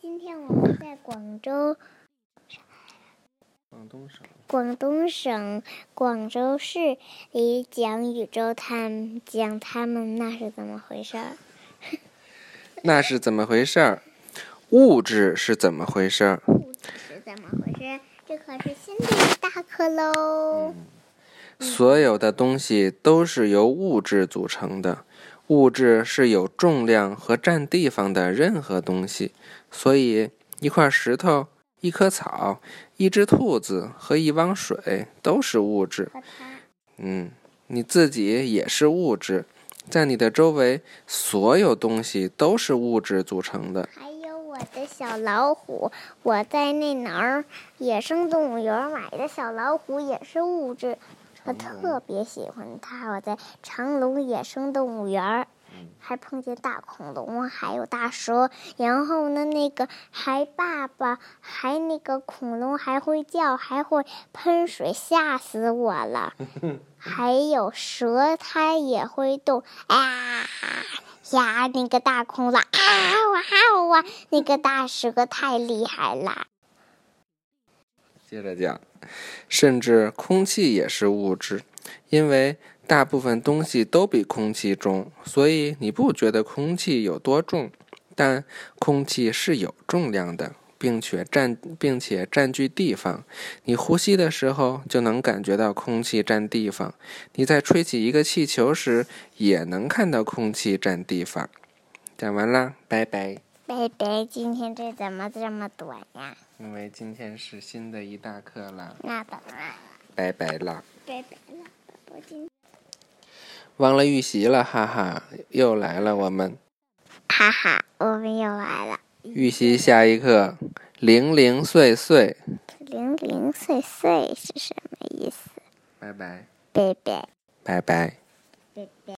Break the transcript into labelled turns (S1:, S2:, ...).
S1: 今天我们在广州，
S2: 广东省
S1: 广东省广州市里讲宇宙探，讲他们那是怎么回事儿。
S2: 那是怎么回事儿？物质是怎么回事儿？
S1: 物质是怎么回事儿？这可是新的一大课喽。
S2: 所有的东西都是由物质组成的，物质是有重量和占地方的任何东西，所以一块石头、一棵草、一只兔子和一汪水都是物质。
S1: 和它
S2: 嗯，你自己也是物质，在你的周围，所有东西都是物质组成的。
S1: 还有我的小老虎，我在那哪儿野生动物园买的小老虎也是物质，我特别喜欢它。我在长隆野生动物园儿还碰见大恐龙，啊还有大蛇，然后呢，那个还爸爸，还那个恐龙还会叫，还会喷水，吓死我了。还有蛇，它也会动啊呀！那个大恐龙啊哇哇，那个大蛇太厉害了。
S2: 接着讲，甚至空气也是物质，因为大部分东西都比空气重，所以你不觉得空气有多重，但空气是有重量的，并且占并且占据地方。你呼吸的时候就能感觉到空气占地方，你在吹起一个气球时也能看到空气占地方。讲完啦，拜拜。
S1: 贝贝，今天这怎么这么短呀？
S2: 因为今天是新的一大课啦，
S1: 那当然了，
S2: 拜拜啦。
S1: 贝贝了，宝宝今
S2: 忘了预习了，哈哈，又来了。我们
S1: 哈哈，我们又来了，
S2: 预习下一课，零零碎碎，
S1: 零零碎碎是什么意思？
S2: 拜拜，
S1: 贝贝，
S2: 拜拜。
S1: 贝贝。